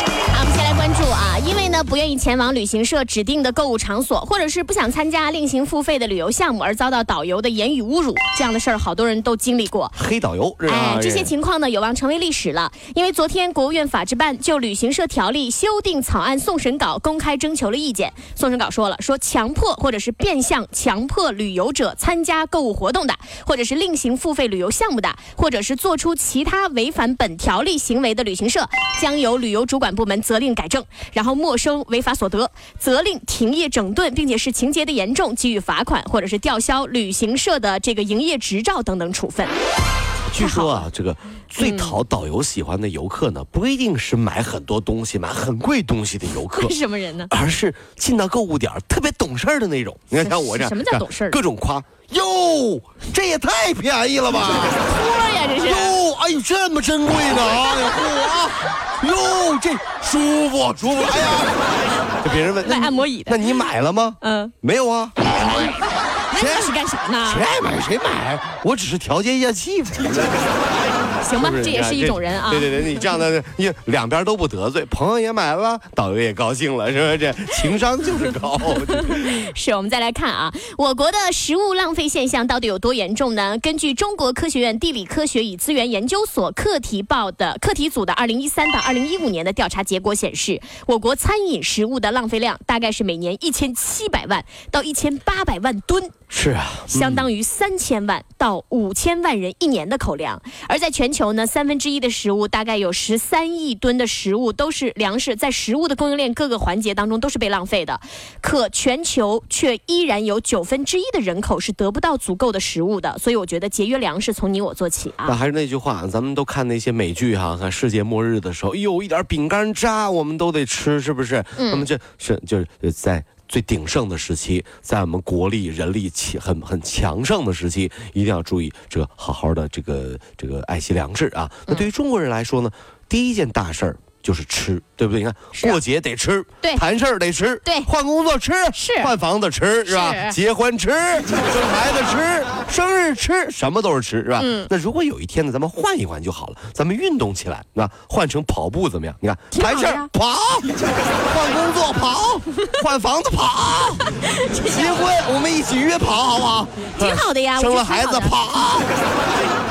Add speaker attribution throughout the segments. Speaker 1: 啊，我们先来关注啊，因为呢不愿意前往旅行社指定的购物场所，或者是不想参加另行付费的旅游项目而遭到导游的言语侮辱，这样的事儿好多人都经历过。
Speaker 2: 黑导游，啊这
Speaker 1: 哎，
Speaker 2: 让
Speaker 1: 这些
Speaker 2: 人
Speaker 1: 情况呢有望成为历史了，因为昨天国务院法制办就《旅行社条例》修订草案送审稿公开征求了意见。送审稿说了，说强迫或者是变相强迫旅游者参加购物活动的，或者是另行付费旅游项目的，或者是做出其他违反本条例行为的旅行社，将由旅游主管部门责令改正，然后没收违法所得，责令停业整顿，并且是情节的严重给予罚款，或者是吊销旅行社的这个营业执照等等处分。
Speaker 2: 据说啊，这个最讨导游喜欢的游客呢，不一定是买很多东西、买很贵东西的游
Speaker 1: ，
Speaker 2: 客
Speaker 1: 什么人呢？
Speaker 2: 而是进到购物点儿特别懂事儿的那种。你看，
Speaker 1: 是
Speaker 2: 像我这样，
Speaker 1: 什么叫
Speaker 2: 这样
Speaker 1: 懂事儿
Speaker 2: 各种夸，哟，这也太便宜了 吧！
Speaker 1: 托呀，这啊是。
Speaker 2: 哟，哎呦，这么珍贵呢啊！哎呀，嚯啊！哟，这舒服舒服，哎 呀！就别人问，那哎
Speaker 1: 卖
Speaker 2: 你
Speaker 1: 按摩椅
Speaker 2: 那
Speaker 1: 的
Speaker 2: 你买了吗？
Speaker 1: 嗯，
Speaker 2: 没有啊，
Speaker 1: 那你是干啥
Speaker 2: 谁
Speaker 1: 呢？
Speaker 2: 爱买谁买，我只是调节一下气氛。啊
Speaker 1: 行吧， 这也是一种人啊
Speaker 2: 对。对对，你这样 的，你两边都不得罪，朋友也买了，导游也高兴了，是不是？这情商就是高。
Speaker 1: 是我们再来看啊，我国的食物浪费现象到底有多严重呢？根据中国科学院地理科学与资源研究所课题报的课题组的二零一三到二零一五年的调查结果显示，我国餐饮食物的浪费量大概是每年一千七百万到一千八百万吨。
Speaker 2: 是啊，
Speaker 1: 相当于三千万到五千万人一年的口粮。而在全球呢，三分之一的食物，大概有十三亿吨的食物都是粮食，在食物的供应链各个环节当中都是被浪费的。可全球却依然有九分之一的人口是得不到足够的食物的。所以我觉得节约粮食从你我做起
Speaker 2: 那
Speaker 1: 啊。
Speaker 2: 还是那句话，咱们都看那些美剧哈、看世界末日的时候，哎呦，一点饼干渣我们都得吃，是不是？
Speaker 1: 嗯
Speaker 2: 那么这是就是在最鼎盛的时期，在我们国力人力起很很强盛的时期，一定要注意这个好好的这个这个爱惜粮食啊。那对于中国人来说呢，第一件大事儿。就是吃，对不对？你看，
Speaker 1: 是啊
Speaker 2: 过节得吃，
Speaker 1: 对
Speaker 2: 谈事儿得吃，
Speaker 1: 对
Speaker 2: 换工作吃，
Speaker 1: 是
Speaker 2: 换房子吃，是吧？
Speaker 1: 是
Speaker 2: 结婚吃，生孩子吃，生日吃，什么都是吃，是吧？
Speaker 1: 嗯
Speaker 2: 那如果有一天呢，咱们换一换就好了，咱们运动起来，那换成跑步怎么样？你看，
Speaker 1: 挺好
Speaker 2: 谈
Speaker 1: 的
Speaker 2: 事
Speaker 1: 呀
Speaker 2: 儿跑，换工作跑，换房子跑，结婚我们一起约跑，好不好？
Speaker 1: 挺好的呀我觉
Speaker 2: 生
Speaker 1: 得
Speaker 2: 了孩子
Speaker 1: 挺
Speaker 2: 跑，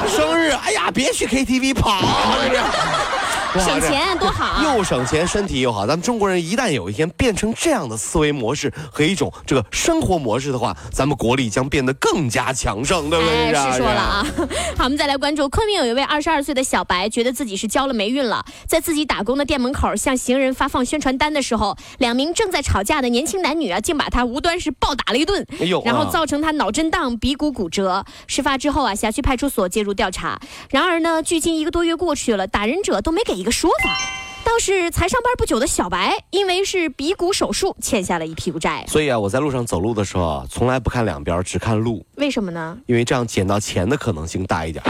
Speaker 2: 生日哎呀，别去 KTV 跑，哎是不是？哇
Speaker 1: 省
Speaker 2: 啊这
Speaker 1: 钱多 好啊！
Speaker 2: 又省钱，身体又好。咱们中国人一旦有一天变成这样的思维模式和一种这个生活模式的话，咱们国力将变得更加强盛，对不对？
Speaker 1: 哎，
Speaker 2: 是啊
Speaker 1: 是说了。啊。 好，我们再来关注昆明有一位二十二岁的小白，觉得自己是交了霉运了，在自己打工的店门口向行人发放宣传单的时候，两名正在吵架的年轻男女啊，竟把他无端是暴打了一顿，
Speaker 2: 哎呦
Speaker 1: 然后
Speaker 2: 啊
Speaker 1: 造成他脑震荡、鼻骨骨折。事发之后啊，辖区派出所介入调查。然而呢，距今一个多月过去了，打人者都没给一个说法。倒是才上班不久的小白，因为是鼻骨手术，欠下了一屁股债。
Speaker 2: 所以啊，我在路上走路的时候啊，从来不看两边，只看路，
Speaker 1: 为什么 呢？
Speaker 2: 因为这样捡到钱的可能性大 一点。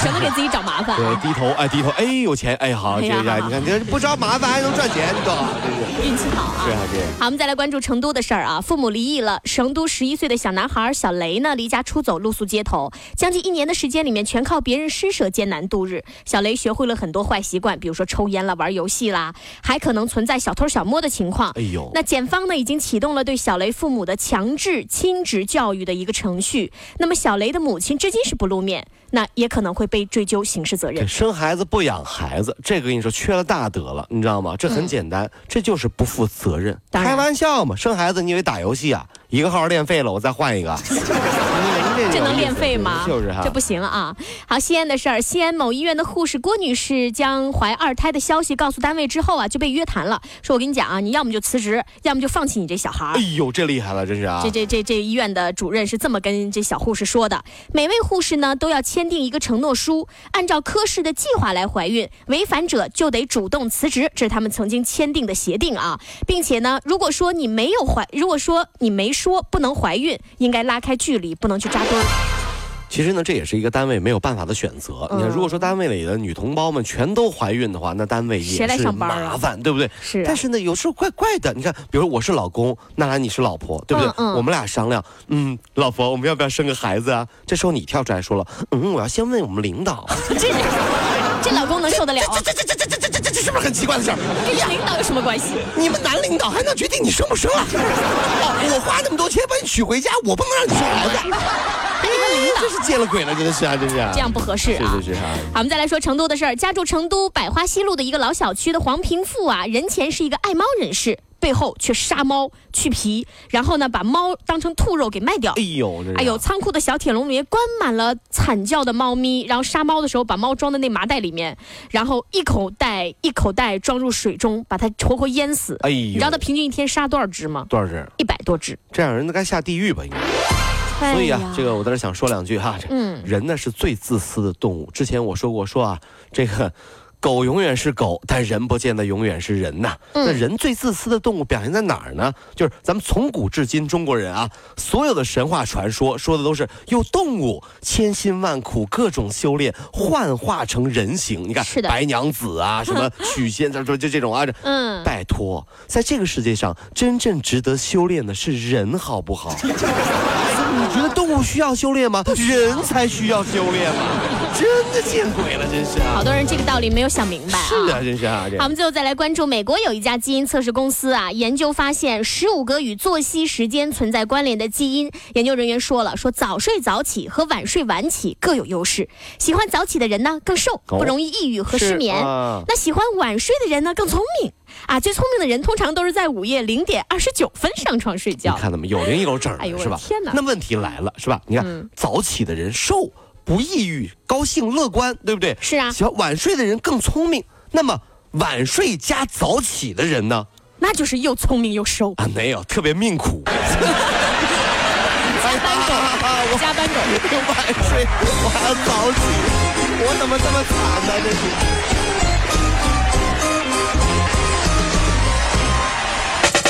Speaker 1: 省得给自己找麻烦啊、
Speaker 2: 对，低头哎，低头哎，有钱哎，好，
Speaker 1: 哎
Speaker 2: 这
Speaker 1: 呀
Speaker 2: 下
Speaker 1: 好
Speaker 2: 你看，这不招麻烦还能赚钱，你懂吗？对对
Speaker 1: 运气好 啊。
Speaker 2: 对，是啊，对。
Speaker 1: 好，我们再来关注成都的事儿啊。父母离异了，成都十一岁的小男孩小雷呢，离家出走，露宿街头，将近一年的时间里面，全靠别人施舍艰难度日。小雷学会了很多坏习惯，比如说抽烟了、玩游戏啦，还可能存在小偷小摸的情况。
Speaker 2: 哎呦，
Speaker 1: 那检方呢已经启动了对小雷父母的强制亲职教育的一个程序。那么小雷的母亲至今是不露面，那也可能会被追究刑事责任
Speaker 2: 对，。生孩子不养孩子，这个跟你说缺了大德了，你知道吗？这很简单，这就是不负责任。
Speaker 1: 嗯当然
Speaker 2: 开玩笑嘛，生孩子你以为打游戏啊？一个号练废了，我再换一 个。
Speaker 1: 这
Speaker 2: 这
Speaker 1: 能练肺吗？
Speaker 2: 就是哈
Speaker 1: 这。不行啊！好，西安的事儿，西安某医院的护士郭女士将怀二胎的消息告诉单位之后啊，就被约谈了，说我跟你讲啊，你要么就辞职，要么就放弃你这小孩儿
Speaker 2: 哎。呦，这厉害了，真是啊
Speaker 1: 这！这这这医院的主任是这么跟这小护士说的：每位护士呢都要签订一个承诺书，按照科室的计划来怀孕，违反者就得主动辞职，这是他们曾经签订的协定啊，并且呢，如果说你没有怀，如果说你没说不能怀孕，应该拉开距离，不能去扎堆儿。
Speaker 2: 其实呢，这也是一个单位没有办法的选择。你
Speaker 1: 嗯
Speaker 2: 看，如果说单位里的女同胞们全都怀孕的话，那单位
Speaker 1: 谁
Speaker 2: 也
Speaker 1: 来
Speaker 2: 是
Speaker 1: 上班啊
Speaker 2: 麻烦，对不对？
Speaker 1: 是啊
Speaker 2: 但是呢，有时候怪怪的。你看，比如我是老公，娜拉你是老婆，对不对？
Speaker 1: 嗯嗯
Speaker 2: 我们俩商量，嗯，老婆，我们要不要生个孩子啊？这时候你跳出来说了，嗯，我要先问我们领导，
Speaker 1: 这这老啊公能受得了啊？
Speaker 2: 这这这这这这这这这是不是很奇怪的事儿？
Speaker 1: 跟领导有什么关系？
Speaker 2: 你们男领导还能决定你生不生啊？ 哦我花那么多钱把你娶回家，我不能让你生孩子。哎，真是见了鬼了，真的是啊，真是啊。
Speaker 1: 这样不合适啊！
Speaker 2: 是是是啊
Speaker 1: 好，我们再来说成都的事儿。家住成都百花西路的一个老小区的黄平富啊，人前是一个爱猫人士，背后却杀猫、去皮，然后呢把猫当成兔肉给卖掉
Speaker 2: 哎。呦，这是啊
Speaker 1: 哎呦，仓库的小铁笼里面关满了惨叫的猫咪，然后杀猫的时候把猫装在那麻袋里面，然后一口袋一口袋装入水中，把它活活淹死。
Speaker 2: 哎呦
Speaker 1: 你知道他平均一天杀多少只吗？
Speaker 2: 多少人？
Speaker 1: 一百多只。
Speaker 2: 这样人都该下地狱吧？应该。
Speaker 1: 哎
Speaker 2: 所以啊，这个我在这想说两句哈。这
Speaker 1: 嗯
Speaker 2: 人呢是最自私的动物。之前我说过，说啊，这个狗永远是狗，但人不见得永远是人呐。
Speaker 1: 嗯
Speaker 2: 那人最自私的动物表现在哪儿呢？就是咱们从古至今中国人啊，所有的神话传说说的都是由动物千辛万苦各种修炼幻化成人形。你看，
Speaker 1: 是的
Speaker 2: 白娘子啊，什么许仙，咱说就这种啊。这
Speaker 1: 嗯，
Speaker 2: 拜托，在这个世界上，真正值得修炼的是人，好不好？你觉得动物需要修炼吗？人才需要修炼嘛！ 真的见鬼了，真是啊！
Speaker 1: 好多人这个道理没有想明白啊。
Speaker 2: 是啊，真是啊，这
Speaker 1: 好，我们最后再来关注美国有一家基因测试公司啊，研究发现十五个与作息时间存在关联的基因。研究人员说了，说早睡早起和晚睡晚起各有优势，喜欢早起的人呢更瘦，
Speaker 2: 哦
Speaker 1: 不容易抑郁和失
Speaker 2: 是
Speaker 1: 眠。
Speaker 2: 啊
Speaker 1: 那喜欢晚睡的人呢更聪明啊，最聪明的人通常都是在午夜零点二十九分上床睡
Speaker 2: 你
Speaker 1: 觉。
Speaker 2: 看到没？有零有整
Speaker 1: 哎呦
Speaker 2: 的嗯是吧
Speaker 1: 我的？天哪
Speaker 2: 那问题来了，是吧？你看早起的人瘦，不抑郁，高兴乐观，对不对？
Speaker 1: 是啊
Speaker 2: 喜欢晚睡的人更聪明。那么晚睡加早起的人呢？
Speaker 1: 那就是又聪明又瘦，
Speaker 2: 啊，没有，特别命 苦。
Speaker 1: 加班狗，加班狗。
Speaker 2: 啊晚睡，我还要早起，我怎么这么惨呢？这是。